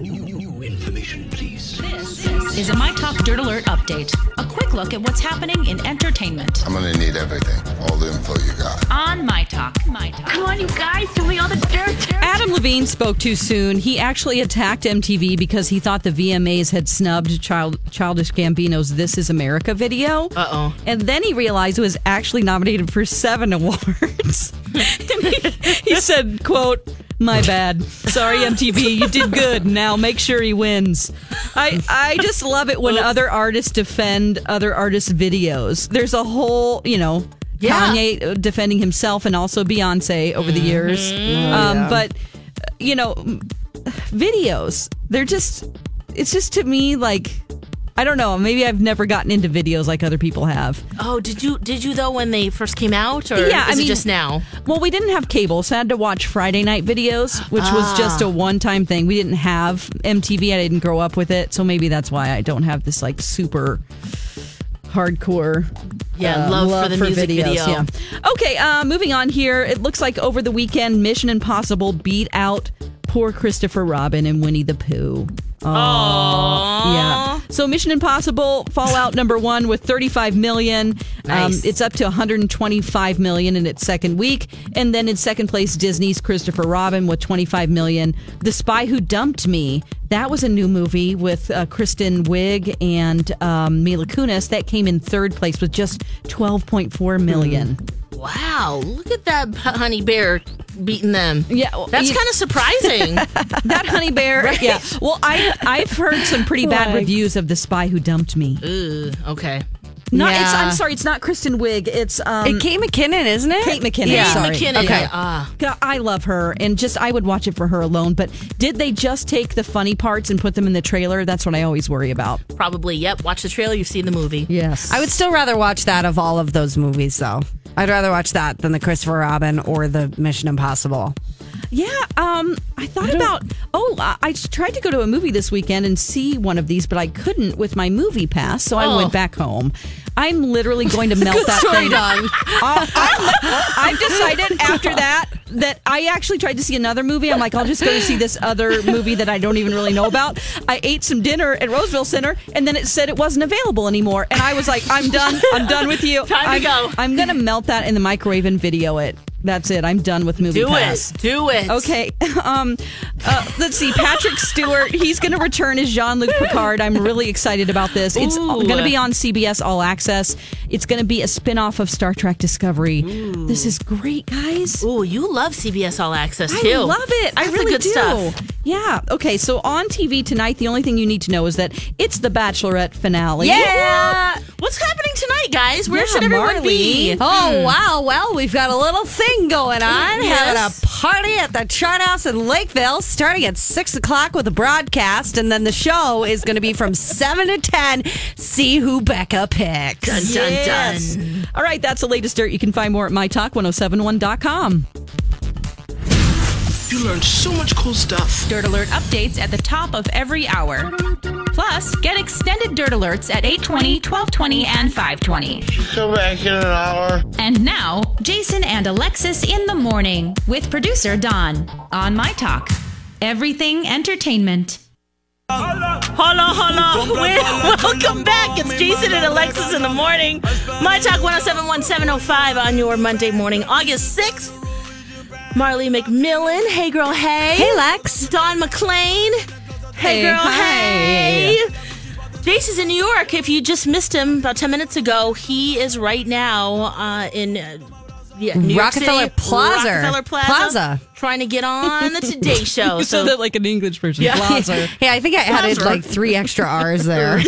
New, new information, please. is a My Talk Dirt Alert update. A quick look at what's happening in entertainment I'm gonna need everything, all the info you got. on My Talk. My Talk. Come on, you guys, tell me all the dirt. dirt. Adam Levine spoke too soon. He actually attacked MTV because he thought the VMAs had snubbed Child, Childish Gambino's This Is America video. Uh oh. And then he realized it was actually nominated for seven awards. and he, he said, quote, my bad. Sorry, MTV. You did good. Now make sure he wins. I I just love it when other artists defend other artists' videos. There's a whole, you know, Kanye uh, defending himself and also Beyonce over the years. Um, But you know, m- videos. They're just. It's just to me like. I don't know. Maybe I've never gotten into videos like other people have. Oh, did you did you though when they first came out, or Yeah, yeah, I is mean- it just now? Well, we didn't have cable, so I had to watch Friday night videos, which Ah. was just a one time thing. We didn't have MTV. I didn't grow up with it. So maybe that's why I don't have this like super hardcore Yeah, uh, love, for the music video. Yeah. Okay, uh, moving on here. It looks like over the weekend, Mission Impossible beat out poor Christopher Robin and Winnie the Pooh. Oh yeah. So Mission Impossible Fallout number one with 35 million. Um, Nice. it's up to 125 million in its second week, and then in second place Disney's Christopher Robin with 25 million. The Spy Who Dumped Me. That was a new movie with uh, Kristen Wiig and um, Mila Kunis that came in third place with just 12.4 million. Hmm. Wow, look at that p- honey bear beating them. Yeah, well, that's you- kind of surprising. that honey bear. Yeah. Well, I I've heard some pretty bad reviews of the spy who dumped me. Ooh, okay, Not, it's, Yeah. I'm sorry, it's not Kristen Wiig. It's um, Kate McKinnon, isn't it? Kate McKinnon. Kate sorry. McKinnon. Okay. Ah, God, I love her, and just I would watch it for her alone. But did they just take the funny parts and put them in the trailer? That's what I always worry about. probably. Yep. Watch the trailer. You've seen the movie. Yes, I would still rather watch that of all of those movies, though. I'd rather watch that than the Christopher Robin or the Mission Impossible. Yeah, um, I thought about. Oh, I, I tried to go to a movie this weekend and see one of these, but I couldn't with my movie pass, so Oh. I went back home. I'm literally going to melt that thing. Uh, I'm, I've decided after that that I actually tried to see another movie. I'm like, I'll just go to see this other movie that I don't even really know about. I ate some dinner at Roseville Center, and then it said it wasn't available anymore, and I was like, I'm done. I'm done with you. Time to I'm, go. I'm gonna melt that in the microwave and video it. That's it. I'm done with movie Do pass. it. Do it. Okay. Um, uh, let's see. Patrick Stewart. He's going to return as Jean Luc Picard. I'm really excited about this. It's Ooh. going to be on CBS All Access. It's going to be a spin off of Star Trek Discovery. This is great, guys. Ooh, you love CBS All Access I too. love it. I That's the really good do. stuff. Yeah. Okay. So on TV tonight, the only thing you need to know is that it's the Bachelorette finale. Yeah. What's happening tonight, guys? Where Yeah, should everyone be? Oh, wow. Well, we've got a little thing going on. Yes. Having a party at the Chart House in Lakeville starting at 6 o'clock with a broadcast. And then the show is going to be from 7 to 10. See who Becca picks. Dun, dun. Yes. All right. That's the latest dirt. You can find more at mytalk1071.com. You learned so much cool stuff. Dirt Alert updates at the top of every hour. Plus, get extended Dirt Alerts at 820, 1220, and 520. Come back in an hour. And now, Jason and Alexis in the morning with producer Don on My Talk. Everything entertainment. Hola, hola. Welcome back. It's Jason and Alexis in the morning. My Talk 1071-705 on your Monday morning, August 6th. Marley McMillan. Hey, girl, hey. Hey, Lex. Don McLean. Hey, girl. Hey. Jace is in New York. If you just missed him about 10 minutes ago, he is right now uh, in uh, yeah, New York Rockefeller City, Plaza. Rockefeller Plaza, Plaza. Trying to get on the Today Show. You So, said that like an English person. Plaza. Yeah, I think I added like three extra R's there.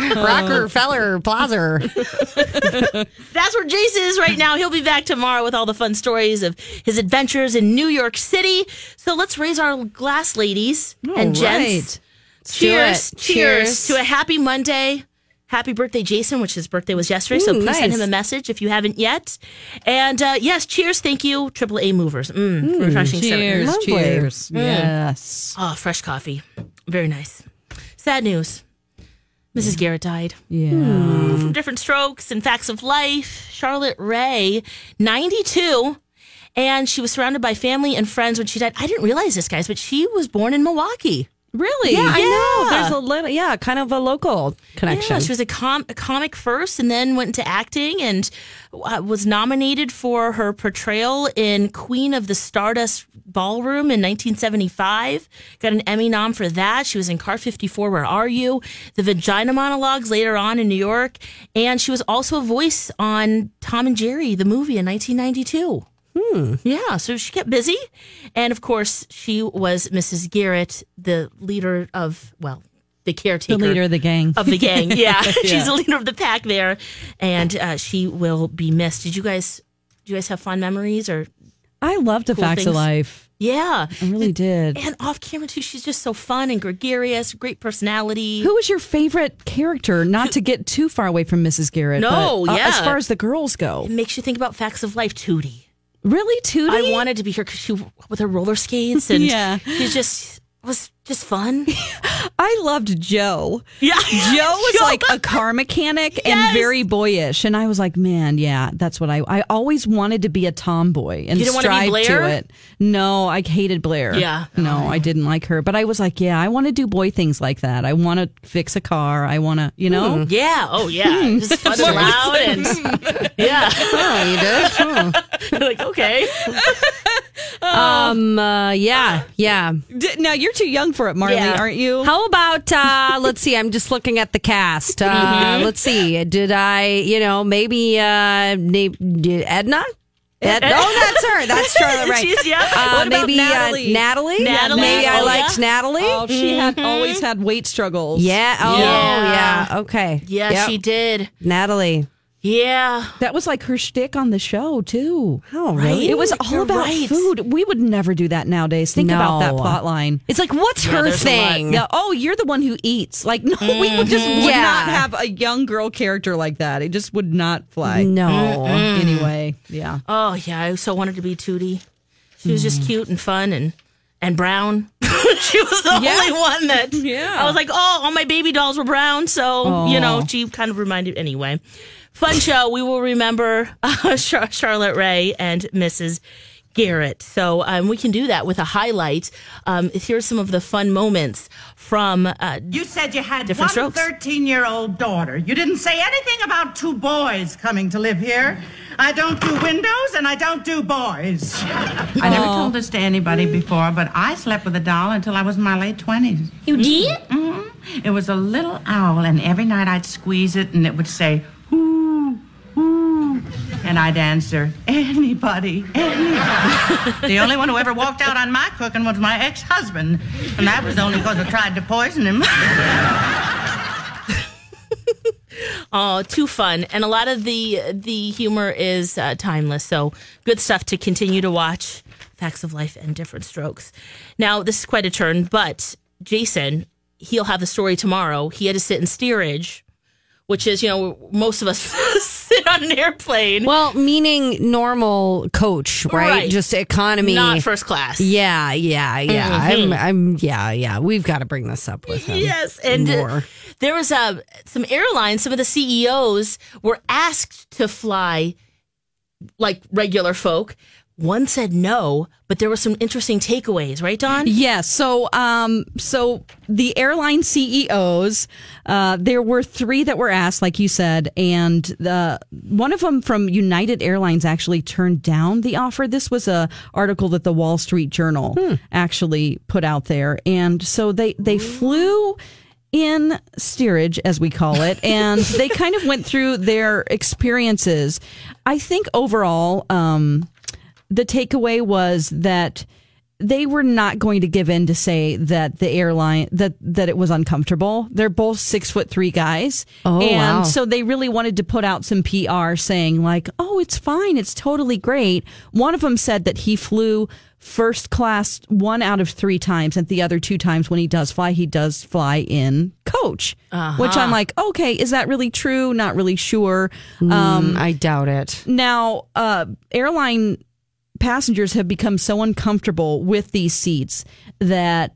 Rocker, feller, plazer. that's where Jace is right now. He'll be back tomorrow with all the fun stories of his adventures in New York City. So let's raise our glass, ladies and gents. Cheers, do it. cheers Cheers. to a happy Monday. Happy birthday, Jason, which his birthday was yesterday. so Ooh, please send nice. him a message if you haven't yet. And uh, yes, cheers. Thank you, Triple A Movers. Mm, refreshing. seven- Cheers. Lovely. Cheers. Yes. Oh, fresh coffee. Very nice. Sad news. Mrs. Garrett died Hmm, Yeah. from different strokes and facts of life. Charlotte Ray, 92. And she was surrounded by family and friends when she died. I didn't realize this, guys, but she was born in Milwaukee. Really? Yeah, I know. Yeah. There's a little, yeah, kind of a local connection. Yeah, she was a, com- a comic first and then went into acting and uh, was nominated for her portrayal in Queen of the Stardust Ballroom in 1975. Got an Emmy nom for that. She was in Car 54, Where Are You? The Vagina Monologues later on in New York. And she was also a voice on Tom and Jerry, the movie in 1992. Yeah, so she kept busy. And of course, she was Mrs. Garrett, the leader of, well, The the caretaker leader of the gang. of the gang. Yeah, she's the leader of the pack there, and uh, she will be missed. Did you guys? Do you guys have fond memories or? I loved the facts things. of life. Yeah, I really did. and off camera too. She's just so fun and gregarious, great personality. Who was your favorite character? Not to get too far away from Mrs. Garrett. No, but, uh, yeah. as far as the girls go, makes you think about facts of life, Tootie. really, Tootie. I wanted to be her because she with her roller skates and Yeah. she just was just fun. I loved Joe. Yeah, Joe was like a car mechanic Yes. and very boyish, and I was like, man, yeah, that's what I. I always wanted to be a tomboy and You didn't wanna be strive Blair? to it. No, I hated Blair. Yeah. no, I didn't like her, but I was like, yeah, I want to do boy things like that. I want to fix a car. I want to, you know. yeah, oh yeah, just fun and loud and yeah. Oh, you did? like okay, Hmm. Uh, yeah, yeah. D- now you're too young for it, Marley, Yeah. aren't you? How about uh let's see, I'm just looking at the cast. Uh let's see. Did I, you know, maybe uh name did Edna? Ed- oh, that's her. That's Charlotte Ray. She's- yeah. Uh, What about maybe Natalie? Uh, Natalie. Natalie. Maybe I Natalie. liked Natalie. Oh, she had Mm-hmm. always had weight struggles. yeah. Oh, yeah. Yeah. Okay. yeah, Yep. she did. Natalie. Yeah, That was like her shtick on the show too. Oh, really? It was all You're about right. food. We would never do that nowadays. Think about that No. plot line. It's like, what's her there's a lot. thing? Mm-hmm. Yeah. Oh, you're the one who eats. Like, no, we would just would Yeah. not have a young girl character like that. It just would not fly. No. Anyway, yeah. Oh yeah, I so wanted to be Tootie. She was Hmm. just cute and fun and and brown. she was the Yeah. only one that Yeah. I was like, oh, all my baby dolls were brown, so you know she kind of reminded anyway. Fun show. We will remember uh, Char- Charlotte Ray and Mrs. Garrett. So um, we can do that with a highlight. Um, here's some of the fun moments from uh, You said you had Different one strokes. 13 year old daughter. You didn't say anything about two boys coming to live here. I don't do windows and I don't do boys. I never told this to anybody before, but I slept with a doll until I was in my late 20s. You did? Mm-hmm. It was a little owl, and every night I'd squeeze it and it would say, Ooh, ooh. And I'd answer, Anybody, anybody. the only one who ever walked out on my cooking was my ex husband, and that was only because I tried to poison him. Oh, too fun, and a lot of the the humor is uh, timeless. So good stuff to continue to watch. Facts of life and different strokes. Now this is quite a turn, but Jason, he'll have the story tomorrow. He had to sit in steerage, which is you know most of us sit on an airplane, Well, meaning normal coach, right? Right. Just economy. not first class. Yeah, yeah, yeah. I'm, I'm, yeah, yeah. We've got to bring this up with him. Yes, and uh, more. there was uh, some airlines. Some of the E CEOs were asked to fly like regular folk, One said no, but there were some interesting takeaways, right, Don? Yes. So, um, so the airline CEOs, uh, there were three that were asked, like you said, and the one of them from United Airlines actually turned down the offer. This was a article that the Wall Street Journal actually put out there, and so they they flew in steerage, as we call it, and they kind of went through their experiences. I think overall, um, the takeaway was that they were not going to give in to say that the airline that that it was uncomfortable. They're both six foot three guys, Oh, and wow. so they really wanted to put out some PR saying like, "Oh, it's fine, it's totally great." One of them said that he flew first class one out of three times, and the other two times when he does fly, he does fly in coach, which Uh-huh. I'm like, okay, is that really true? Not really sure. Um, I doubt it. Now, uh, airline passengers have become so uncomfortable with these seats that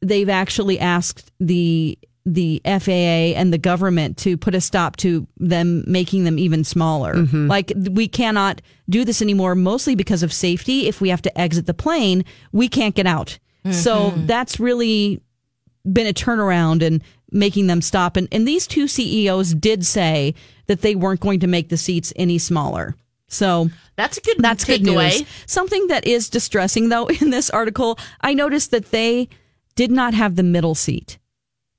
they've actually asked the the FAA and the government to put a stop to them making them even smaller. Like we cannot do this anymore mostly because of safety. If we have to exit the plane, we can't get out. So that's really been a turnaround and making them stop. And, and these two CEOs did say that they weren't going to make the seats any smaller. So That's a good that's good takeaway. news. Something that is distressing, though, in this article, I noticed that they did not have the middle seat,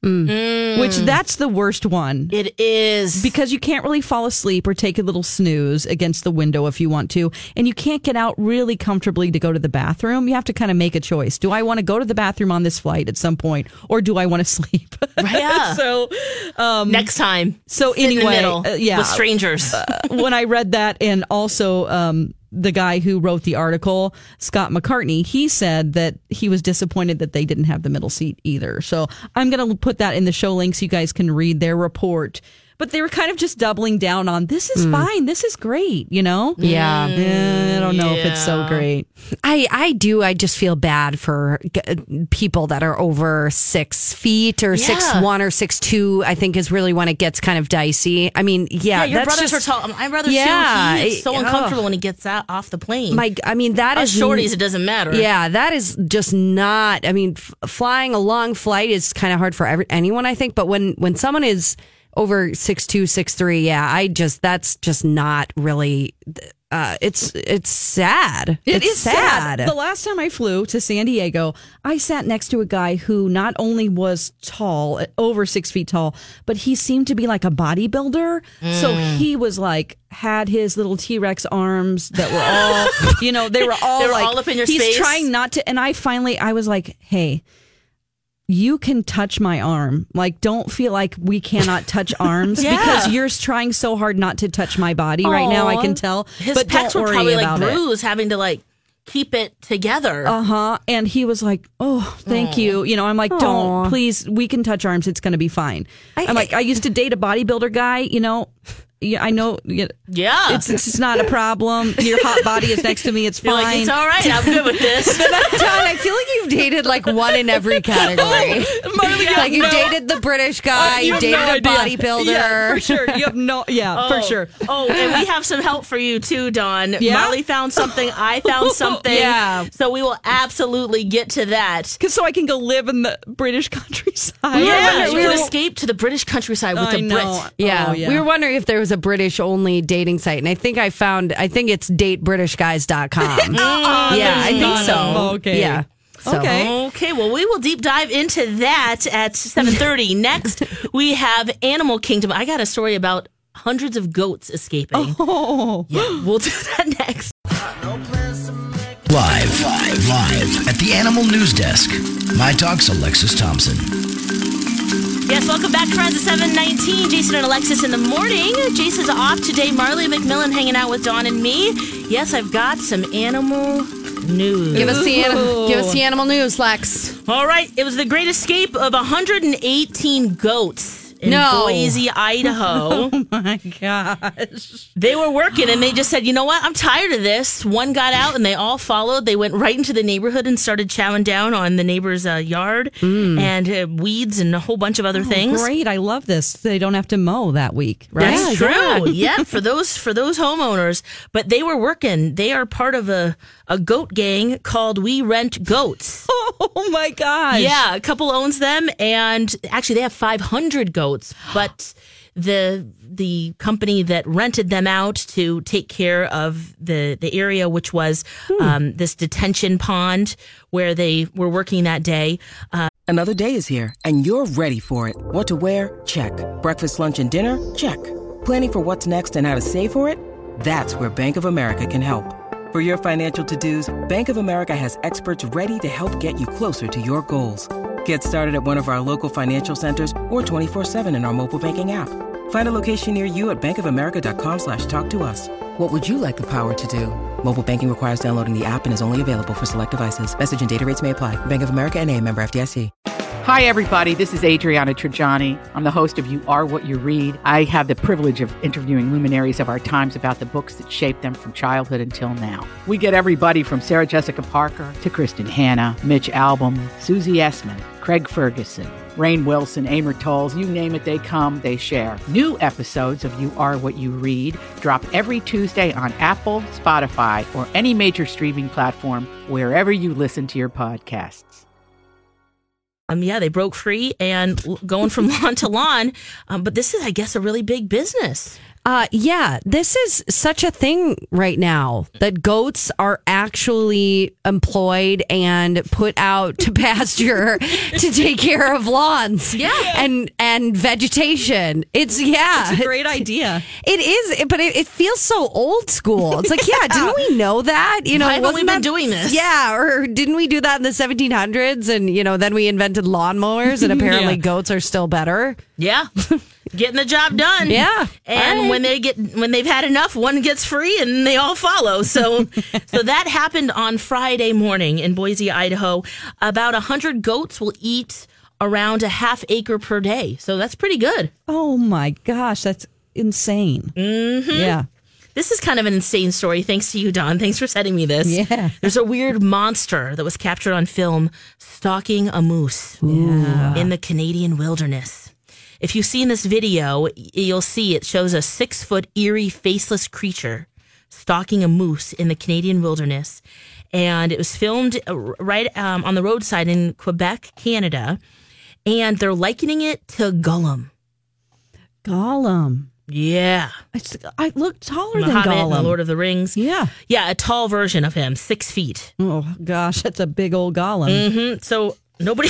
which that's the worst one It is because you can't really fall asleep or take a little snooze against the window if you want to. And you can't get out really comfortably to go to the bathroom. You have to kind of make a choice. Do I want to go to the bathroom on this flight at some point or do I want to sleep? Yeah. so next time. so Sit in the anyway, middle uh, yeah. with strangers. when I read that, and also um, the guy who wrote the article, Scott McCartney, he said that he was disappointed that they didn't have the middle seat either. So I'm going to put that in the show links. you guys can read their report. But they were kind of just doubling down on this is fine, this is great, you know? Yeah. Eh, I don't know if it's so great. I, I do. I just feel bad for g- people that are over six feet or six Yeah. one or six two. I think is really when it gets kind of dicey. I mean, yeah, yeah, your that's brothers just, are tall. My brother's Yeah, too. He's so it- oh. uncomfortable when he gets out off the plane. My, I mean, that Us is shorties, it doesn't matter. Yeah, that is just not. I mean, f- flying a long flight is kind of hard for every, anyone, I think. But when when someone is over six two, six three, yeah, I just that's just not really. Uh, it's it's sad. It it's is sad. The last time I flew to San Diego, I sat next to a guy who not only was tall, over six feet tall, but he seemed to be like a bodybuilder. So Mm. he was like, had his little T Rex arms that were all, you know, they were all They were like, all up in your he's space. trying not to. And I finally, I was like, hey, you can touch my arm. Like, don't feel like we cannot touch arms Yeah. because you're trying so hard not to touch my body right now. I Aw. can tell. His but pecs don't were worry probably like about it. bruised, having to like keep it together. Uh huh. And he was like, "Oh, thank you." You know, I'm like, "Don't, please. We can touch arms. It's going to be fine." I, am like, "I used to date a bodybuilder guy. You know, yeah, I know. Yeah, yeah. it's it's not a problem. Your hot body is next to me. It's You're fine. like, it's all right. I'm good with this. John, I feel like you've dated like one in every category. like you dated the British guy, you, Uh, have dated no a idea. bodybuilder. Yeah, for sure. You have no. Yeah, for sure. Oh, and we have some help for you too, Don. Yeah? Molly found something. I found something. Yeah. So we will absolutely get to that. Because so I can go live in the British countryside. Yeah, you we can were- escape to the British countryside with I a Brit. know. Yeah. Oh, we were wondering if there was a British only dating site, and I think I found. I think it's datebritishguys.com. yeah, I think so. Oh, okay. Yeah. So. Okay. Okay, well, we will deep dive into that at 7.30. Next, we have Animal Kingdom. I got a story about hundreds of goats escaping. Oh. Yeah, we'll do that next. Live, live, live at the Animal News Desk. My talk's Alexis Thompson. Yes, welcome back, friends, at 7.19. Jason and Alexis in the morning. Jason's off today. Marley McMillan hanging out with Dawn and me. Yes, I've got some animal news. Give us the ani- give us the animal news, Lex. All right, it was the great escape of 118 goats in No. Boise, Idaho. Oh my gosh. they were working and they just said, you know what? I'm tired of this. One got out and they all followed. They went right into the neighborhood and started chowing down on the neighbor's uh, yard Hmm. and uh, weeds and a whole bunch of Oh, other things. Great. I love this. They don't have to mow that week, right? That's true. Yeah. for those for those homeowners, but they were working. They are part of a a goat gang called We Rent Goats. Oh my gosh. Yeah, a couple owns them, and actually they have 500 goats, but the the company that rented them out to take care of the the area, which was um, this detention pond where they were working that day. Another day is here, and you're ready for it. What to wear? Check. Breakfast, lunch, and dinner? Check. Planning for what's next and how to save for it? That's where Bank of America can help. For your financial to dos, Bank of America has experts ready to help get you closer to your goals. Get started at one of our local financial centers or 24-7 in our mobile banking app. Find a location near you at bankofamerica.com slash talk to us. What would you like the power to do? Mobile banking requires downloading the app and is only available for select devices. Message and data rates may apply. Bank of America and a member FDIC. Hi, everybody. This is Adriana Trajani. I'm the host of You Are What You Read. I have the privilege of interviewing luminaries of our times about the books that shaped them from childhood until now. We get everybody from Sarah Jessica Parker to Kristen Hanna, Mitch Albom, Susie Essman, Craig Ferguson, Rain Wilson, Amor Tolls, you name it, they come, they share. New episodes of You Are What You Read drop every Tuesday on Apple, Spotify, or any major streaming platform wherever you listen to your podcasts. Um, yeah, they broke free and l- going from lawn to lawn. Um, but this is, I guess, a really big business. Uh, yeah, this is such a thing right now that goats are actually employed and put out to pasture to take care of lawns. Yeah. And, and vegetation. It's, yeah. It's a great idea. It is, but it, it feels so old school. It's like, yeah, didn't we know that? You know, Why haven't we wasn't been that- doing this? Yeah, or didn't we do that in the 1700s? And you know, then we invented lawnmowers, and apparently Yeah. goats are still better. Yeah. Getting the job done. Yeah. And All right. when they get when they've had enough, one gets free and they all follow. So so that happened on Friday morning in Boise, Idaho. About 100 goats will eat around a half acre per day. So that's pretty good. Oh my gosh. That's insane. Mm-hmm. Yeah. This is kind of an insane story. Thanks to you, Don. Thanks for sending me this. Yeah. There's a weird monster that was captured on film stalking a moose in the Canadian wilderness. If you've seen this video, y- you'll see it shows a six foot eerie faceless creature stalking a moose in the Canadian wilderness. And it was filmed uh, r- right um, on the roadside in Quebec, Canada. And they're likening it to Gollum. Gollum. Yeah. It's, I look taller than Muhammad in Gollum. the Lord of the Rings. yeah. Yeah, a tall version of him, six feet. Oh gosh, that's a big old Gollum. Mm, So nobody,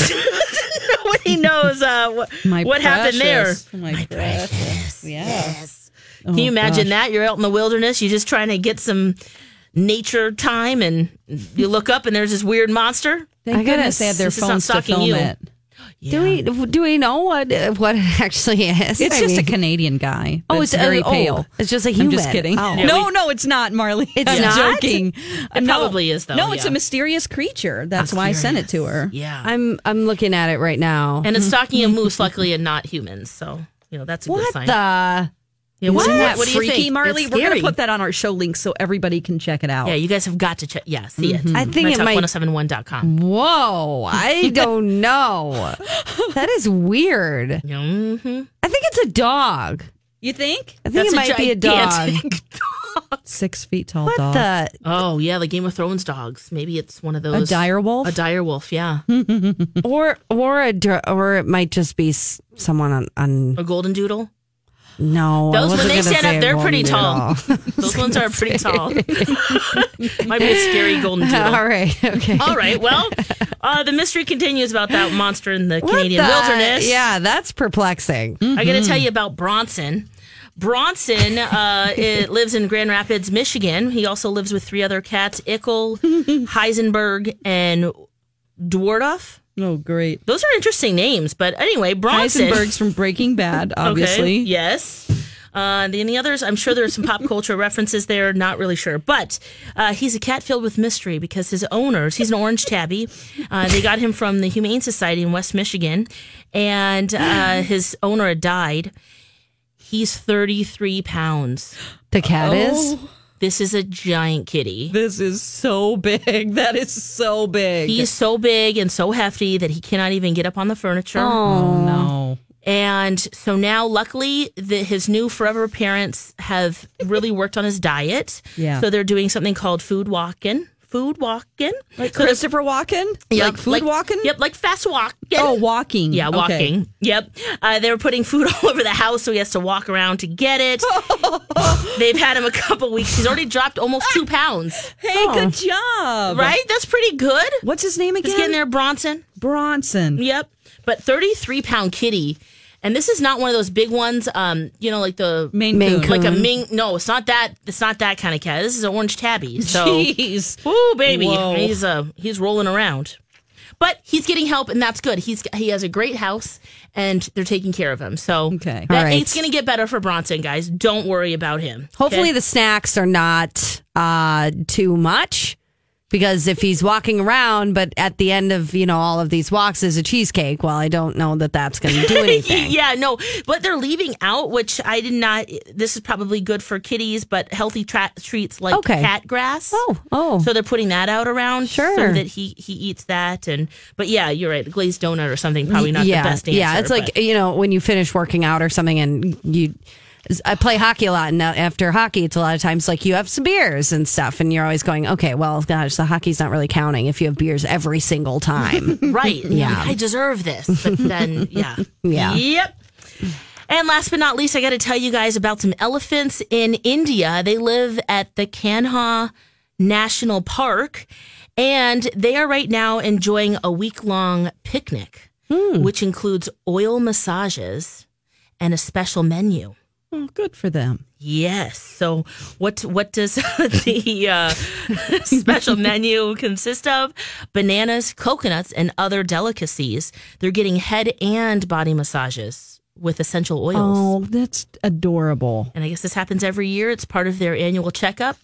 nobody knows uh, wh- My what happened there. precious. Oh My, precious. Yeah. Yes. Can you imagine that? You're out in the wilderness. You're just trying to get some nature time, and you look up, and there's this weird monster. Thank I gotta goodness they had their s- this is not phones to stalking film you. it. Do we do we know what what it actually is? It's I just mean- a Canadian guy. Oh, but uh, it's- very oh, pale. it's just a I'm just human. kidding. Oh. Yeah, no, no, it's not, Marley. It's I'm not? joking. It No. probably is, though, No, it's yeah. a mysterious creature. That's why I sent it to her. Yeah. I'm I'm looking at it right now. and it's stalking a moose, luckily, and not humans. So you know that's a good what sign. the? yeah, what? Isn't that what do you freaky, think? Marley? It's We're gonna scary. put that on our show link so everybody can check it out. Yeah, you guys have got to check. Yeah, see it. Mm-hmm. I think it might. Mm. 1071.com. Whoa! I don't know. That is weird. Mm-hmm. I think it's a dog. You think? I think it might be a dog. Six feet tall What dog. the? Oh yeah, the Game of Thrones dogs. Maybe it's one of a those dire wolf? A dire wolf, yeah. Hmm? Or or a dr- or it might just be s- someone on on A golden doodle. no. I Those, when wasn't they gonna stand say up, they're a pretty golden tall. doodle. Those ones are pretty tall. Might be a scary golden doodle. All right. Okay. All right. Well, uh, the mystery continues about that monster in the What Canadian the- Mm-hmm. wilderness. Yeah, that's perplexing. I got to tell you about Bronson. Bronson uh, it lives in Grand Rapids, Michigan. He also lives with three other cats: Ickle, Heisenberg, and Dwardoff. oh, great. Those are interesting names, but anyway, Bronson. Heisenberg's from Breaking Bad, obviously. Okay. Yes. Uh, and then the others, I'm sure there's some pop culture references there, not really sure. But uh, he's a cat filled with mystery because his owners, he's an orange tabby. Uh, they got him from the Humane Society in West Michigan, and uh, his owner had died. He's 33 pounds. The cat is? Oh. This is a giant kitty. This is so big. That is so big. He's so big and so hefty that he cannot even get up on the furniture. Oh, no. And so now, luckily, the, his new forever parents have really worked on his diet. Yeah. So they're doing something called food walking. Food walking. Like Christopher Walken? Like food walking? Yep, like fast walking. Oh, walking. Yeah, Okay. walking. Yep. Uh, they were putting food all over the house, so he has to walk around to get it. They've had him a couple weeks. He's already dropped almost two pounds. Hey, good job. Right? That's pretty good. What's his name again? He's getting there, Bronson. Bronson. Yep. But 33 pound kitty. And this is not one of those big ones, um, you know, like the Maine Maine Coon. like a Coon. Ming. No, it's not that. It's not that kind of cat. This is an orange tabby. So, Jeez. ooh, baby, Whoa. he's uh, he's rolling around, but he's getting help, and that's good. He's he has a great house, and they're taking care of him. So, Okay. that, All right. it's gonna get better for Bronson, guys. Don't worry about him. Hopefully the snacks are not uh, too much because if he's walking around, but at the end of you know all of these walks is a cheesecake. Well, I don't know that that's going to do anything. Yeah, no, but they're leaving out, which I did not. This is probably good for kitties, but healthy tra- treats like Okay. cat grass. Oh, oh. so they're putting that out around, so Sure. that he he eats that. And but yeah, you're right. Glazed donut or something probably not yeah, the best answer. yeah. It's like but- you know when you finish working out or something, and you. I play hockey a lot, and now after hockey, it's a lot of times like you have some beers and stuff, and you're always going, okay, well, gosh, the hockey's not really counting if you have beers every single time. right. Yeah, Yeah. I deserve this. But then yeah, Yeah. yep. And last but not least, I got to tell you guys about some elephants in India. They live at the Kanha National Park, and they are right now enjoying a week long picnic, Hmm. which includes oil massages and a special menu. Oh, good for them. Yes. So, what what does the uh, special menu consist of? Bananas, coconuts, and other delicacies. They're getting head and body massages with essential oils. Oh, that's adorable. And I guess this happens every year. It's part of their annual checkup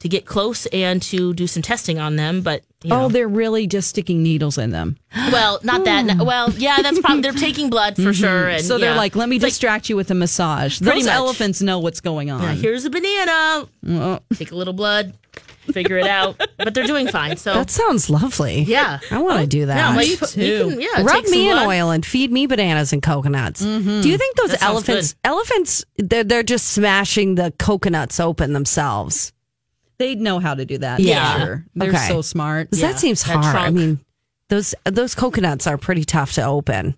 to get close and to do some testing on them. But you Oh, know, they're really just sticking needles in them. well, not that. no- Well, yeah, that's probably they're taking blood for sure. And Hmm. Mm-hmm. so they're yeah. like, let me distract you with a massage. Pretty Those much. elephants know what's going on. Yeah, here's a banana. Oh. Take a little blood, figure it out. But they're doing fine. So that sounds lovely. yeah. Oh, I want to do that. Yeah, well, you put- you can- yeah, Rub take some me in blood. oil and feed me bananas and coconuts. Do you think those That sounds elephants elephants they're they're just smashing the coconuts open themselves? They know how to do that. Yeah. for sure. They're Okay. so smart. 'Cause Yeah, that seems that hard. I trunk. mean, those those coconuts are pretty tough to open,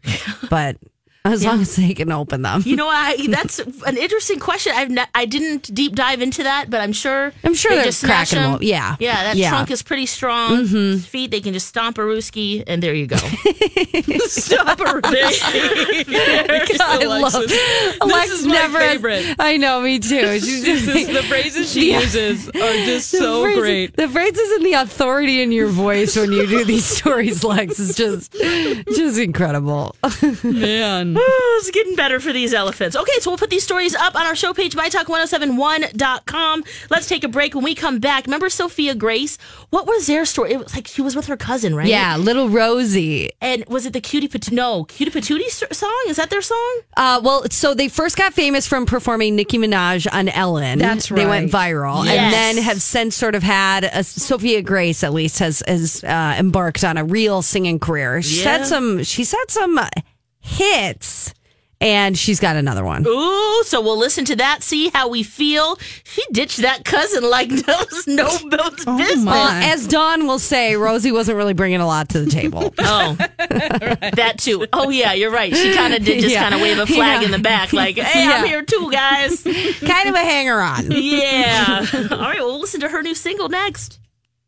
but as long as they can open them. You know, I that's an interesting question. I've not, I didn't deep dive into that, but I'm sure I'm sure they they're just smash cracking 'em 'em. open. Yeah. yeah. That Yeah. Mm-hmm. trunk is pretty strong. Feet, they can just stomp a rooski, and there you go. stomp a rooski. I love Alex is my never. favorite. I know, me too. She's This just is the phrases she Yeah. uses are just so phrases, great. The phrases and the authority in your voice when you do these stories, Lex, is just just incredible. Man. Oh, it's getting better for these elephants. Okay, so we'll put these stories up on our show page, mytalk1071.com. Let's take a break. When we come back, remember Sophia Grace? What was their story? It was like she was with her cousin, right? Yeah, little Rosie. And was it the Cutie Patootie? No, Cutie Patootie s- song? Is that their song? Uh, well, so they first got famous from performing Nicki Minaj on Ellen. That's They went right. viral, Yes. and then have since sort of had a, Sophia Grace, at least, has has uh, embarked on a real singing career. She's Yeah. had some. She's had some uh, hits, and she's got another one. Ooh, so we'll listen to that, see how we feel. She ditched that cousin like no, no built Oh business. Well, as Dawn will say, Rosie wasn't really bringing a lot to the table. Oh, that too. Oh, yeah, you're right. She kind of did just Yeah. kind of wave a flag Yeah. in the back, like, hey, I'm Yeah. here too, guys. kind of a hanger on. Yeah. All right, we'll listen to her new single next.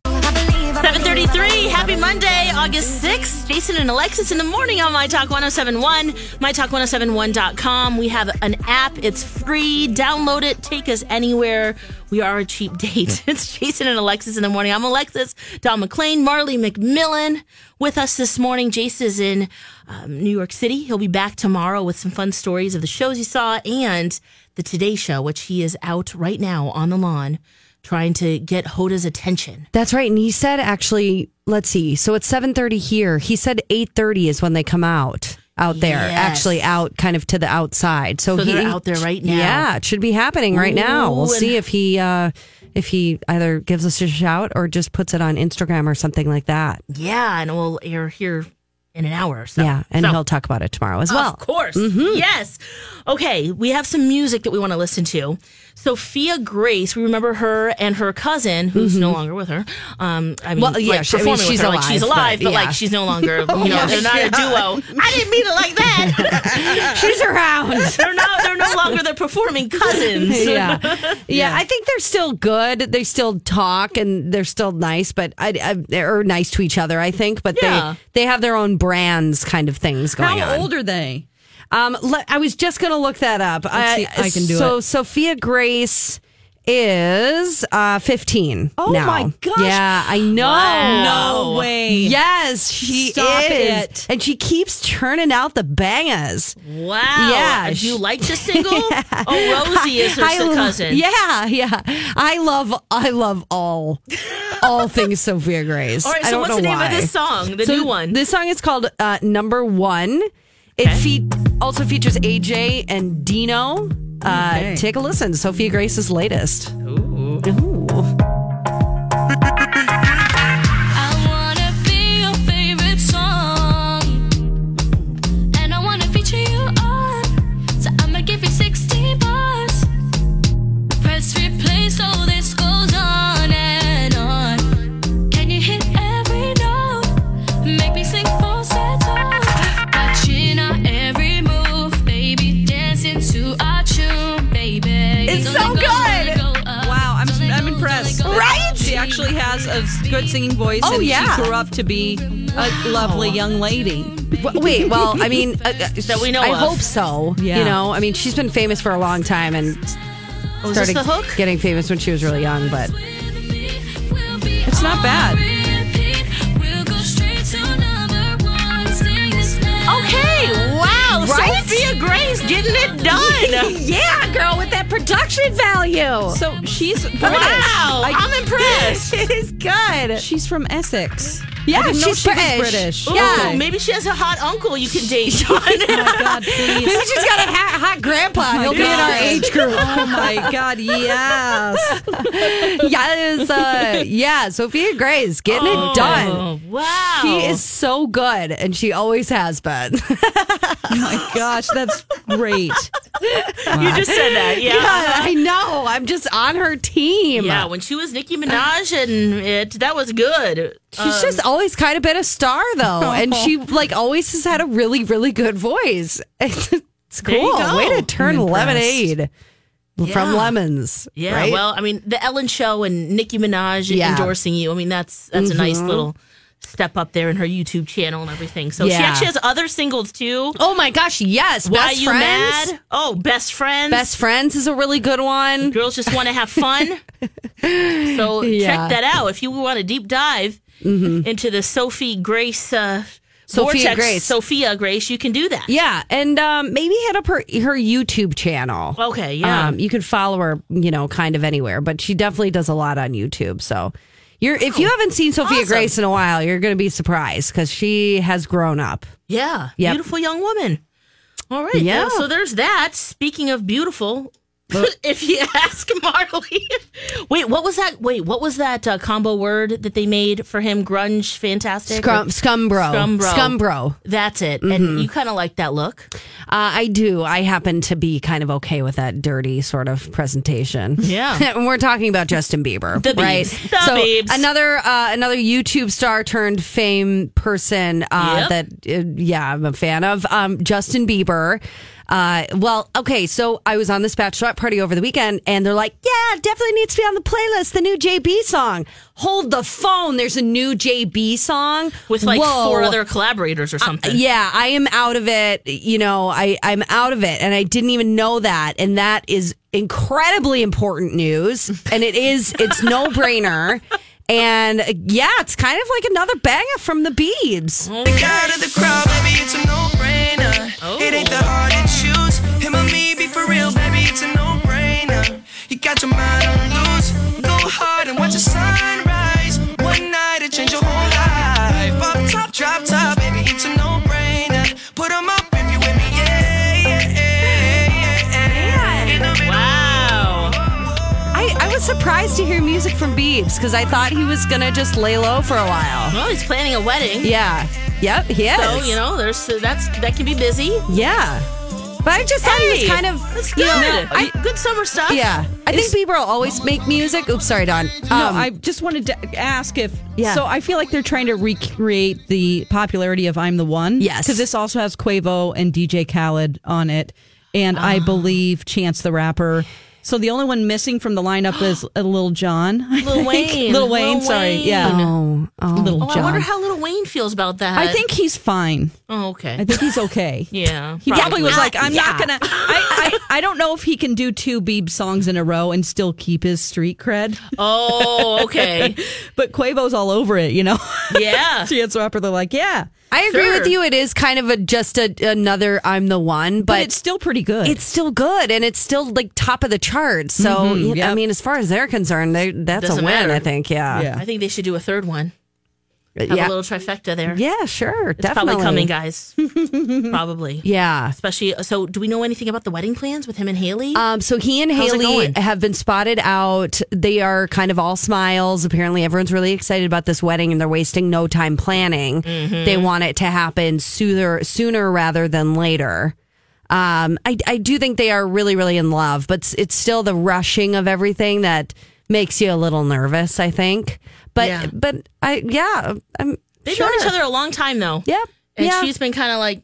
I believe I 733. Happy Monday, August 6th. Jason and Alexis in the morning on My Talk 1071, MyTalk1071.com. We have an app. It's free. Download it. Take us anywhere. We are a cheap date. It's Jason and Alexis in the morning. I'm Alexis, Don McLean, Marley McMillan with us this morning. Jason is in um, New York City. He'll be back tomorrow with some fun stories of the shows he saw and the Today Show, which he is out right now on the lawn trying to get Hoda's attention. That's right. And he said actually, let's see. So it's 7:30 here. He said 8:30 is when they come out out there. Yes. Actually out kind of to the outside. So, So he, they're out there right now. Yeah, it should be happening right now. We'll Ooh, and- see if he uh if he either gives us a shout or just puts it on Instagram or something like that. Yeah, and we'll air here in an hour or so. yeah, and So- he'll talk about it tomorrow as well. mm-hmm. Of course. Yes. Okay, we have some music that we want to listen to. Sophia Grace, we remember her and her cousin, who's no longer with her. Um, I mean, Mm-hmm. Well, yeah, like, she- I performing mean, with she's her, like, she's alive, alive, but but, like yeah. she's no longer, you Oh know, my they're not a God. duo. I didn't mean it like that. she's around. They're no, they're no longer the performing cousins. yeah. yeah, I think they're still good. They still talk and they're still nice, but I, I they're nice to each other. I think, but Yeah. they they have their own brands, kind of things going on. How old are they? Um, le- I was just gonna look that up. Uh, Let's see, I can do so it. Sophia Grace is uh 15 Oh now. my gosh. yeah i know Wow. No way. yes she Stop is it. and she keeps churning out the bangers Wow. Do Yeah, you she- like the single? Oh, Rosie is her I lo- cousin. Yeah, yeah. I love I love all all things Sophia Grace. All right, so I don't what's know the name of why. this song, the So new one? This song is called uh, Number One. It fe- also features AJ and Dino. Uh, Okay. Take a listen. Sophia Grace's latest. Ooh. I wanna be your favorite song, and I wanna feature you on. So I'ma give you 60 bars. Press replay so this goes on and on. Can you hit every note? Make me sing falsetto. Watching our every move, baby, dancing to our tune, baby. It's Don't so let go, don't let good. go up. Wow, I'm, I'm impressed. Right? She actually has a good singing voice. Oh, and yeah. She grew up to be a lovely young lady. Wait, well, I mean, uh, uh, That we know I of. hope so. Yeah. You know, I mean, she's been famous for a long time and Oh, is this started the hook? getting famous when she was really young, but it's not bad. Okay, wow, Right? Sophia Grace getting it done. yeah, girl, with that production value. So she's British. Wow, I'm impressed. it is good. She's from Essex. Yeah, I didn't know she's she was British. British. Ooh, Yeah. maybe she has a hot uncle you can date, Sean. God, please. Maybe she's got a hot, hot grandpa. He'll be in our Oh God. age group. Oh my God, yes. yes, uh, yeah. Sophia Grace getting Oh. it done. wow. She is so good, and she always has been. my gosh, that's great. You just said that, yeah. I know. I'm just on her team. Yeah, when she was Nicki Minaj and it, that was good. She's just Um, always kind of been a star, though, and she like always has had a really, really good voice. It's There you cool. go. Way to turn I'm impressed. lemonade from Yeah. lemons. Yeah, right? well, I mean, the Ellen Show and Nicki Minaj Yeah. endorsing you. I mean, that's that's a nice Mhm. little step up there in her YouTube channel and everything. So Yeah. she actually has other singles too. Oh my gosh, yes. Why Best you friends. mad? Oh, best friends. Best friends is a really good one. Girls just want to have fun. so Yeah. Mm-hmm. check that out if you want a deep dive into the Sophie Grace. Uh, Sophia vortex, Grace. Sophia Grace. You can do that. Yeah, and um, maybe hit up her her YouTube channel. Okay, yeah. Um, you can follow her, you know, kind of anywhere, but she definitely does a lot on YouTube. So, you're if you haven't seen Sophia Awesome. Grace in a while, you're going to be surprised because she has grown up. Yeah. Yep. Beautiful young woman. All right. Yeah. Yeah. So there's that. Speaking of beautiful, if you ask Marley. Wait, what was that? Wait, what was that uh, combo word that they made for him? Grunge, fantastic? Scrum, Mm-hmm. scumbro, Scumbro. scumbro. That's it. And you kind of like that look. Uh, I do. I happen to be kind of okay with that dirty sort of presentation. Yeah. and we're talking about Justin Bieber, The right? Biebs. The so Biebs. another uh, another YouTube star turned fame person uh, Yep. that uh, yeah, I'm a fan of um, Justin Bieber. Uh, well, okay, so I was on this Bachelorette party over the weekend, and they're like, "Yeah, it definitely needs to be on the playlist. The new JB song. Hold the phone. There's a new JB song with like Whoa. Uh, four other collaborators or something. Yeah, I am out of it. You know, I I'm out of it, and I didn't even know that. And that is incredibly important news. And it is it's no brainer. And uh, yeah, it's kind of like another banger from the Beebs. Out of the crowd, baby, it's a no-brainer. It ain't the hard to choose. Him or me, be for real, baby, it's a no-brainer. You got your mind on loose. Go hard and watch the sunrise. One night, it change your whole life. Pop top, drop top, baby, it's a no-brainer. Put 'em up if you with me, yeah, yeah, yeah, yeah. In the middle. I, I was surprised to hear music from Beebs because I thought he was gonna just lay low for a while. Well, he's planning a wedding. Yeah. Yep. He is. So you know, there's so that's that can be busy. Yeah. But I just thought he was kind of that's you good. know, I- good summer stuff. Yeah. I think Bieber will always make music. Oops, sorry, Don. no, Um, I just wanted to ask if. Yeah. So I feel like they're trying to recreate the popularity of "I'm the One." Yes. because this also has Quavo and DJ Khaled on it, and I believe Chance the Rapper. So the only one missing from the lineup is uh, Lil John. Lil Wayne. Lil Wayne. Lil sorry. Wayne. Yeah. Oh, oh. Lil Oh, John. I wonder how little Wayne feels about that. I think he's fine. Oh, okay. I think he's okay. Yeah, He probably, was like, probably. I'm not Yeah. gonna. I, I I don't know if he can do two Beeb songs in a row and still keep his street cred. Oh, okay. but Quavo's all over it, you know. Yeah. Chance rapper, they're like, yeah, I agree with you. It is kind of a just a, another I'm the one, but, but it's still pretty good. it's still good and it's still like top of the charts. So Mhm, you- I yep. mean, as far as they're concerned, they, that's Mm-hmm. Doesn't a win. matter. I think. Yeah. Yeah. I think they should do a third one. Have a Yeah. little trifecta there. Yeah, Sure. it's definitely probably coming, guys. probably. Yeah. Especially. uh, So, do we know anything about the wedding plans with him and Haley? Um, so he and How's it Haley going? have been spotted out. They are kind of all smiles. Apparently, everyone's really excited about this wedding, and they're wasting no time planning. Mm-hmm. They want it to happen sooner, sooner rather than later. Um, I, I do think they are really, really in love, but it's, it's still the rushing of everything that makes you a little nervous. I think, but Yeah. but I yeah, I'm They've sure. known each other a long time though. Yep. And yeah. she's been kind of like,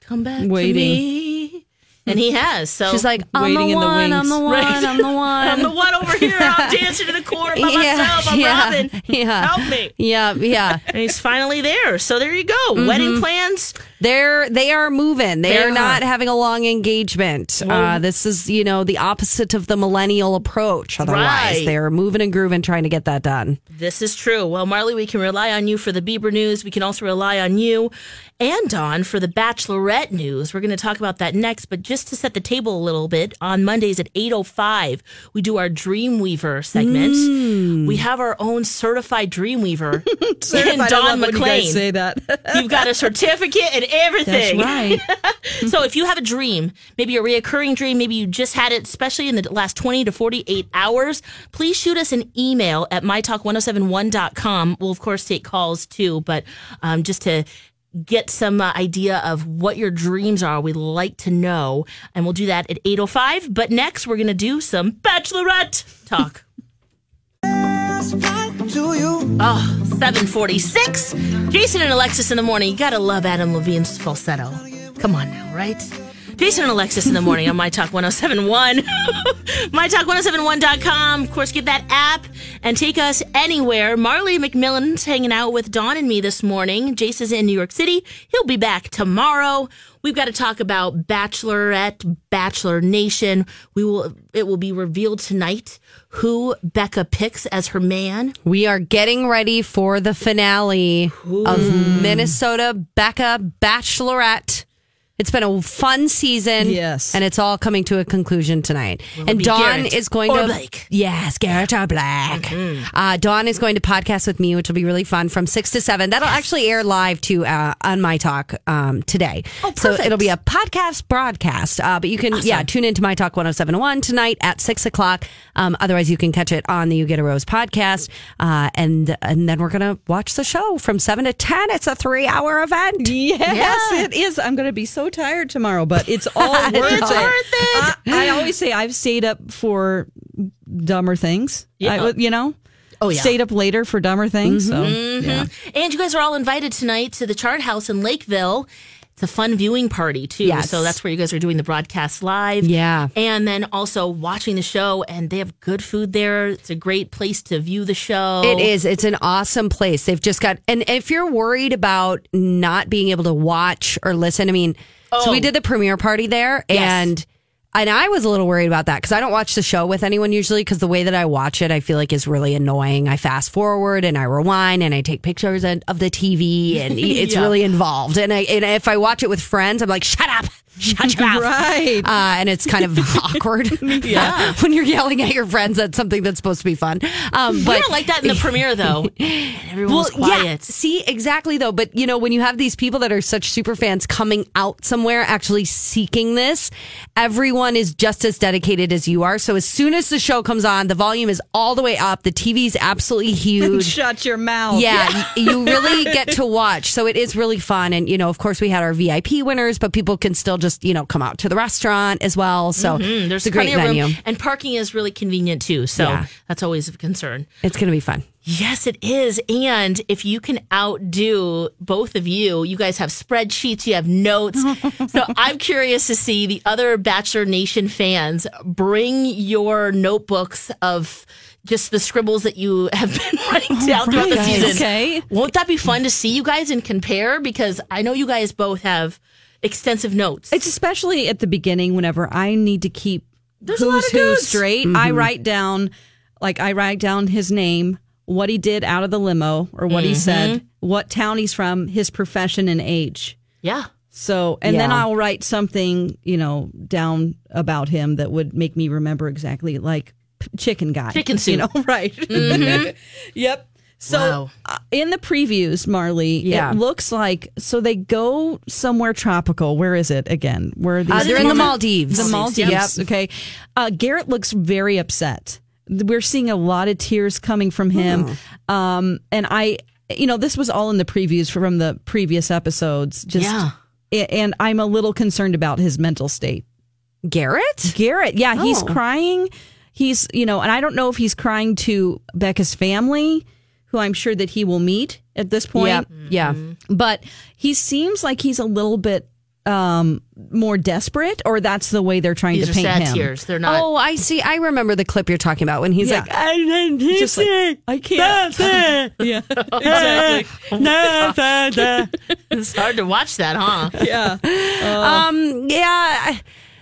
come back Waiting. to me. And he has. So She's like I'm Waiting the in the one, I'm wings. the one, Right. I'm the one, I'm the one over here. I'm dancing to the core by myself. I'm yeah, Robin. Yeah, Help me. Yeah, yeah. And he's finally there. So there you go. Mm-hmm. Wedding plans. They're they are moving. They, They are, are. not having a long engagement. Uh, this is you know the opposite of the millennial approach. Otherwise, Right. they are moving and grooving, trying to get that done. This is true. Well, Marley, we can rely on you for the Bieber news. We can also rely on you and Don for the Bachelorette news. We're going to talk about that next, but just to set the table a little bit, on Mondays at 8:05, we do our Dreamweaver segment. We have our own certified Dreamweaver in Mm. Certified, I Don love when you guys McLean. say that. You've got a certificate and everything. right. so if you have a dream, maybe a reoccurring dream, maybe you just had it, especially in the last 20 to 48 hours, please shoot us an email at mytalk1071.com. We'll, of course, take calls too, but um, just to get some uh, idea of what your dreams are, we'd like to know. And we'll do that at 8.05. But next, we're going to do some Bachelorette talk. Oh, 746. Jason and Alexis in the morning. You gotta love Adam Levine's falsetto. Come on now, right? Jason and Alexis in the morning on My Talk 1071. MyTalk1071.com. Of course, get that app and take us anywhere. Marley McMillan's hanging out with Dawn and me this morning. Jason's in New York City. He'll be back tomorrow. We've got to talk about Bachelorette, Bachelor Nation. We will it will be revealed tonight who Becca picks as her man. We are getting ready for the finale of Minnesota Becca Bachelorette. It's been a fun season. Yes. And it's all coming to a conclusion tonight. and be Dawn Garrett is going or to. Blake. Yes, Garrett or Black. Mm-hmm. Uh, Dawn is going to podcast with me, which will be really fun from 6 to 7. That'll actually air live too uh, on my talk um, today. Oh, So perfect. it'll be a podcast broadcast. Uh, but you can, yeah, tune into My Talk 1071 tonight at 6 o'clock. Um, otherwise, you can catch it on the You Get a Rose podcast. Uh, and, and then we're going to watch the show from 7 to 10. It's a three hour event. Yes, it is. I'm going to be so tired tomorrow, but it's all worth it. It's worth it. I, I always say I've stayed up for dumber things. I Yeah. would- you know, Oh, yeah. Mm-hmm. stayed up later for dumber things. So yeah. And you guys are all invited tonight to the Chart House in Lakeville. It's It's a fun viewing party too. Yes. So that's where you guys are doing the broadcast live. Yeah. And then also watching the show and they have good food there. It's a great place to view the show. It is. It's an awesome place. They've just got, and if you're worried about not being able to watch or listen, I mean, so we Oh. did the premiere party there, Yes. and and I was a little worried about that because I don't watch the show with anyone usually because the way that I watch it, I feel like is really annoying. I fast forward and I rewind and I take pictures and- of the TV, and it's Yeah. really involved. And I and if I watch it with friends, I'm like, shut up. Shut your mouth. Right. Uh, and it's kind of awkward Yeah. when you're yelling at your friends at something that's supposed to be fun. Um, but we don't like that in the premiere though. And everyone was yeah, quiet. see, exactly though. But you know, when you have these people that are such super fans coming out somewhere, actually seeking this, everyone is just as dedicated as you are. So as soon as the show comes on, the volume is all the way up. The TV's absolutely huge. Shut your mouth. Yeah, y- you really get to watch. So it is really fun. And, you know, of course, we had our VIP winners, but people can still just, you know, come out to the restaurant as well. So Mhm. it's a great plenty of venue. room. And parking is really convenient too. So Yeah. that's always a concern. It's going to be fun. Yes, it is. And if you can outdo both of you, you guys have spreadsheets, you have notes. so I'm curious to see the other Bachelor Nation fans bring your notebooks of just the scribbles that you have been writing down throughout the Oh, right. season. Okay. Won't that be fun to see you guys and compare? Because I know you guys both have extensive notes. It's especially at the beginning whenever I need to keep a lot who's of who dudes. Mm-hmm. straight. I write down like I write down his name, what he did out of the limo or what he Mm-hmm. said, what town he's from, his profession and age. Yeah. So, and then Yeah. I'll write something, you know, down about him that would make me remember exactly like p- chicken guy. Chicken soup. You know, right. Mhm. yep. So uh, in the previews, Marley, Yeah. it looks like so they go somewhere tropical. Where is it again? Where are these? Uh, they're in the Maldives. The Maldives, Maldives. yep. Okay. Uh, Garrett looks very upset. We're seeing a lot of tears coming from him. Hmm. Um, and I, you know, this was all in the previews from the previous episodes. Just, Yeah. a- And I'm a little concerned about his mental state. Garrett? Garrett, yeah, he's Oh. crying. He's, you know, and I don't know if he's crying to Becca's family, who I'm sure that he will meet at this point. Mm-hmm. Yep. Yeah. But he seems like he's a little bit um more desperate or that's the way they're trying These to are paint sad him. tears. They're not. Oh, I see. I remember the clip you're talking about when he's Yeah. like, uh, I didn't He's do just like, it. I can't. yeah. Exactly. it's hard to watch that, huh? yeah. um, yeah.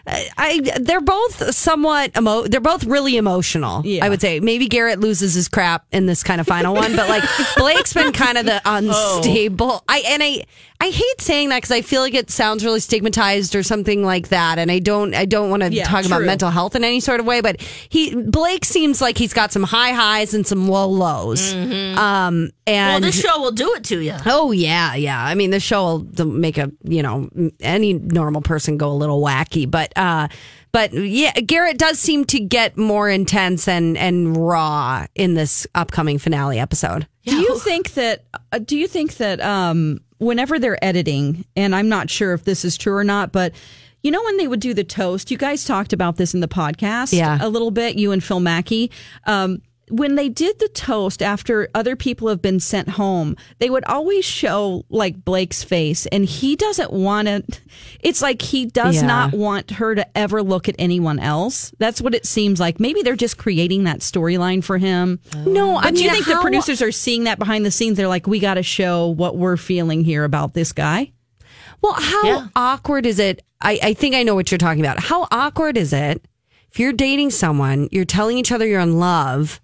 I, I they're both somewhat emo. They're both really emotional. Yeah. I would say maybe Garrett loses his crap in this kind of final one, but like Blake's been kind of Oh. the unstable. I and I I hate saying that because I feel like it sounds really stigmatized or something like that, and I don't I don't want to Yeah, talk about true. mental health in any sort of way. But he Blake seems like he's got some high highs and some low lows. Mm-hmm. Um, Well, and this show will do it to you. Oh yeah, yeah. I mean, the show will d- make a you know m- any normal person go a little wacky, but uh, but yeah, Garrett does seem to get more intense and and raw in this upcoming finale episode. Do you think that? Uh, do you think that? Um, whenever they're editing, and I'm not sure if this is true or not, but you know when they would do the toast, you guys talked about this in the podcast, Yeah. a little bit. You and Phil Mackey. Um, when they did the toast after other people have been sent home, they would always show like Blake's face, and he doesn't want to. It's like he does Yeah. not want her to ever look at anyone else. That's what it seems like. Maybe they're just creating that storyline for him. No, But I do you mean, think how- the producers are seeing that behind the scenes? They're like, we got to show what we're feeling here about this guy. Well, how awkward is it? I, I think I know what you're talking about. How awkward is it if you're dating someone, you're telling each other you're in love,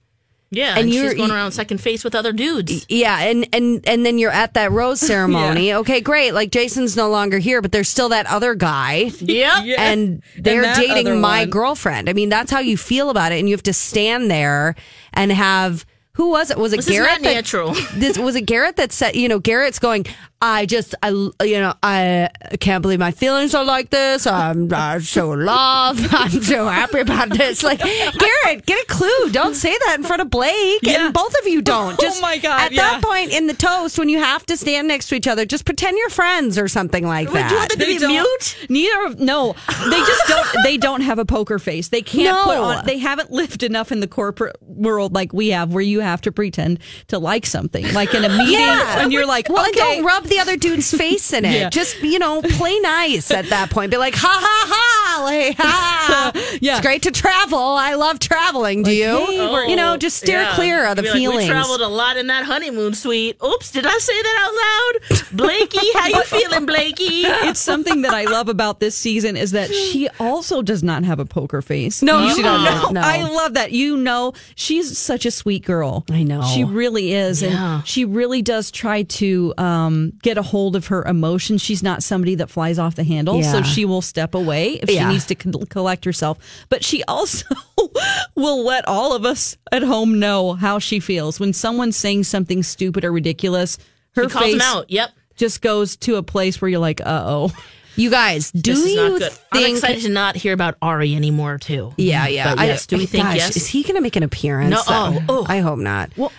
Yeah, And and, you're- she's e going around second face with other dudes. Yeah, and and and then you're at that rose ceremony. Okay, great. Like Jason's no longer here, but there's still that other guy. Yep. Yeah. And they're And that other dating my one. girlfriend. I mean, that's how you feel about it and you have to stand there and have who was it? Was it This is Garrett? not natural. this was it Garrett that said, you know, Garrett's going, I just I you know, I can't believe my feelings are like this. I'm, I'm so in love. I'm so happy about this. Like Garrett, get a clue. Don't say that in front of Blake. Yeah. And both of you don't. Oh Just my God, At yeah. that point in the toast, when you have to stand next to each other, just pretend you're friends or something like that. Did he mute? Neither of no, they just don't. they don't have a poker face. They can't No. put on. They haven't lived enough in the corporate world like we have, where you have to pretend to like something, like in a meeting, Yeah. and you're like, Well, and okay, don't rub rub the other dude's face in it. Yeah. Just you know, play nice at that point. Be like, ha ha ha, like ha. yeah. It's great to travel. I love traveling. Do you? you know, just steer Oh, Yeah. clear of the Be like, feelings. we traveled a lot in that honeymoon suite. Oops, did I say that out loud? Blakey, how you feeling, Blakey? It's something that I love about this season is that she also does not have a poker face. No, You she doesn't. know- No. I love that. You know, she's such a sweet girl. I know. She really is. Yeah. And she really does try to um, get a hold of her emotions. She's not somebody that flies off the handle. Yeah. So she will step away if Yeah. she needs to con- collect herself. But she also will let all of us at home know how she feels when someone's saying something stupid or ridiculous. Her She calls face them out. Yep. just goes to a place where you're like, uh oh. You guys, do This is you not good. I'm think? excited to not hear about Ari anymore, too. yeah, yeah. But yes, do we think gosh, yes? Is he going to make an appearance? No, though? oh, oh. I hope not. Well,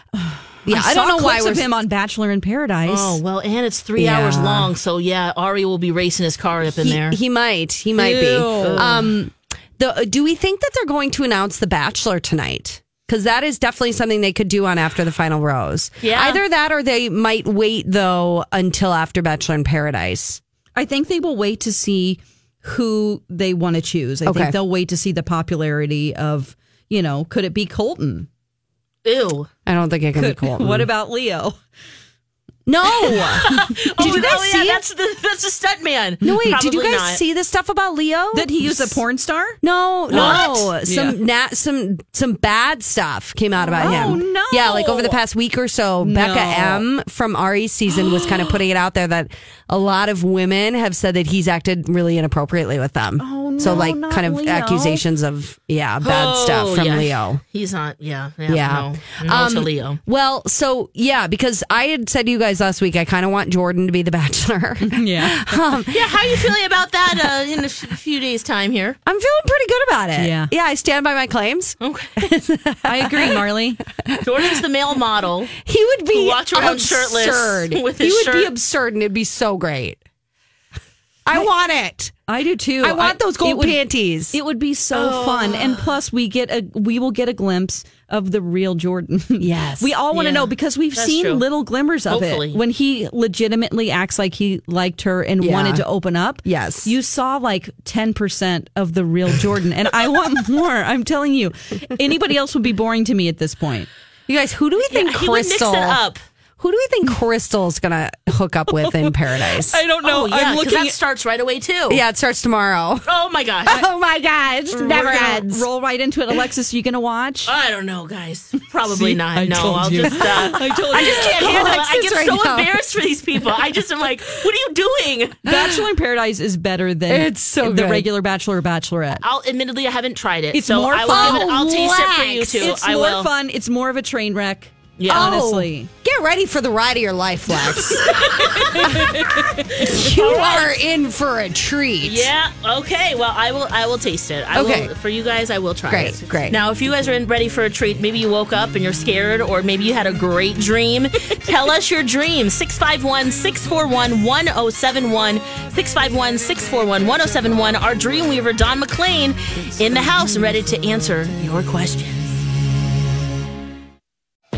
yeah, I, I, don't know why we're of him on Bachelor in Paradise. Oh well, and it's three Yeah. hours long, so yeah, Ari will be racing his car up in he, there. He might. He might be. Ew. Um, the, do we think that they're going to announce The Bachelor tonight? Because that is definitely something they could do on after the final rose. Yeah. Either that or they might wait though until after Bachelor in Paradise. I think they will wait to see who they want to choose. I Okay. think they'll wait to see the popularity of, you know, could it be Colton? Ew. I don't think it can be Could- Colton. What about Leo? No. oh, did you guys oh, yeah, see it? that's the that's the stunt man. No, wait. did you Probably guys not. see the stuff about Leo? That he was a porn star? No, no. What? Some na- some some bad stuff came out about Oh, him. no. Yeah, like over the past week or so, Becca No. M from Ari's season was kind of putting it out there that a lot of women have said that he's acted really inappropriately with them. Oh, so no, like not kind of Leo. accusations of yeah, bad Oh, stuff from yeah. Leo. He's not. Yeah. Yeah. Yeah. No, no Um, to Leo. Well, so yeah, because I had said to you guys last week I kind of want Jordan to be the bachelor. Yeah. um, Yeah. How are you feeling about that uh, in a f- few days' time here? I'm feeling pretty good about it. Yeah. Yeah, I stand by my claims. Okay. I agree, Marley. Jordan's the male model. He would be Who walks around absurd. shirtless with he his would be shirt. absurd, and it'd be so great. I want it. I do too. I want those gold it would- panties. It would be so fun, Oh. and plus we get a we will get a glimpse of the real Jordan. Yes. we all want to Yeah. know because we've That's seen true. little glimmers of Hopefully. it when he legitimately acts like he liked her and Yeah. wanted to open up. Yes. you saw like ten percent of the real Jordan, and I want more. I'm telling you, anybody else would be boring to me at this point. you guys, who do we think He would mix it Crystal? up. Who do we think Crystal's gonna hook up with in Paradise? don't Oh, yeah, because that starts right away too. yeah, it starts tomorrow. Oh my gosh. Oh. Oh my God, it never We're gonna ends. Roll right into it, Alexis. You gonna watch? I don't know, guys. Probably See, not. I no, told I'll you. just. Uh, I told I you. just can't handle it. I Alexis get right so now. embarrassed for these people. I just am like, what are you doing? Bachelor in Paradise is better than It's so the good. regular Bachelor or Bachelorette. I'll admittedly I haven't tried it. It's so more I will fun. Give it, I'll taste it for you Relax. too. it's I more will. fun. It's more of a train wreck. Yeah. Oh. Honestly. get ready for the ride of your life, Lex. you are in for a treat. Yeah. Okay. Well, I will. I will taste it. I Okay. Will, for you guys, I will try. Great, it. great. Now, if you guys are in- ready for a treat, maybe you woke up and you're scared, or maybe you had a great dream. Tell us your dream. 651 641 1071. 651 641 1071. Our dreamweaver, Don McLean, in the house, ready to answer your questions.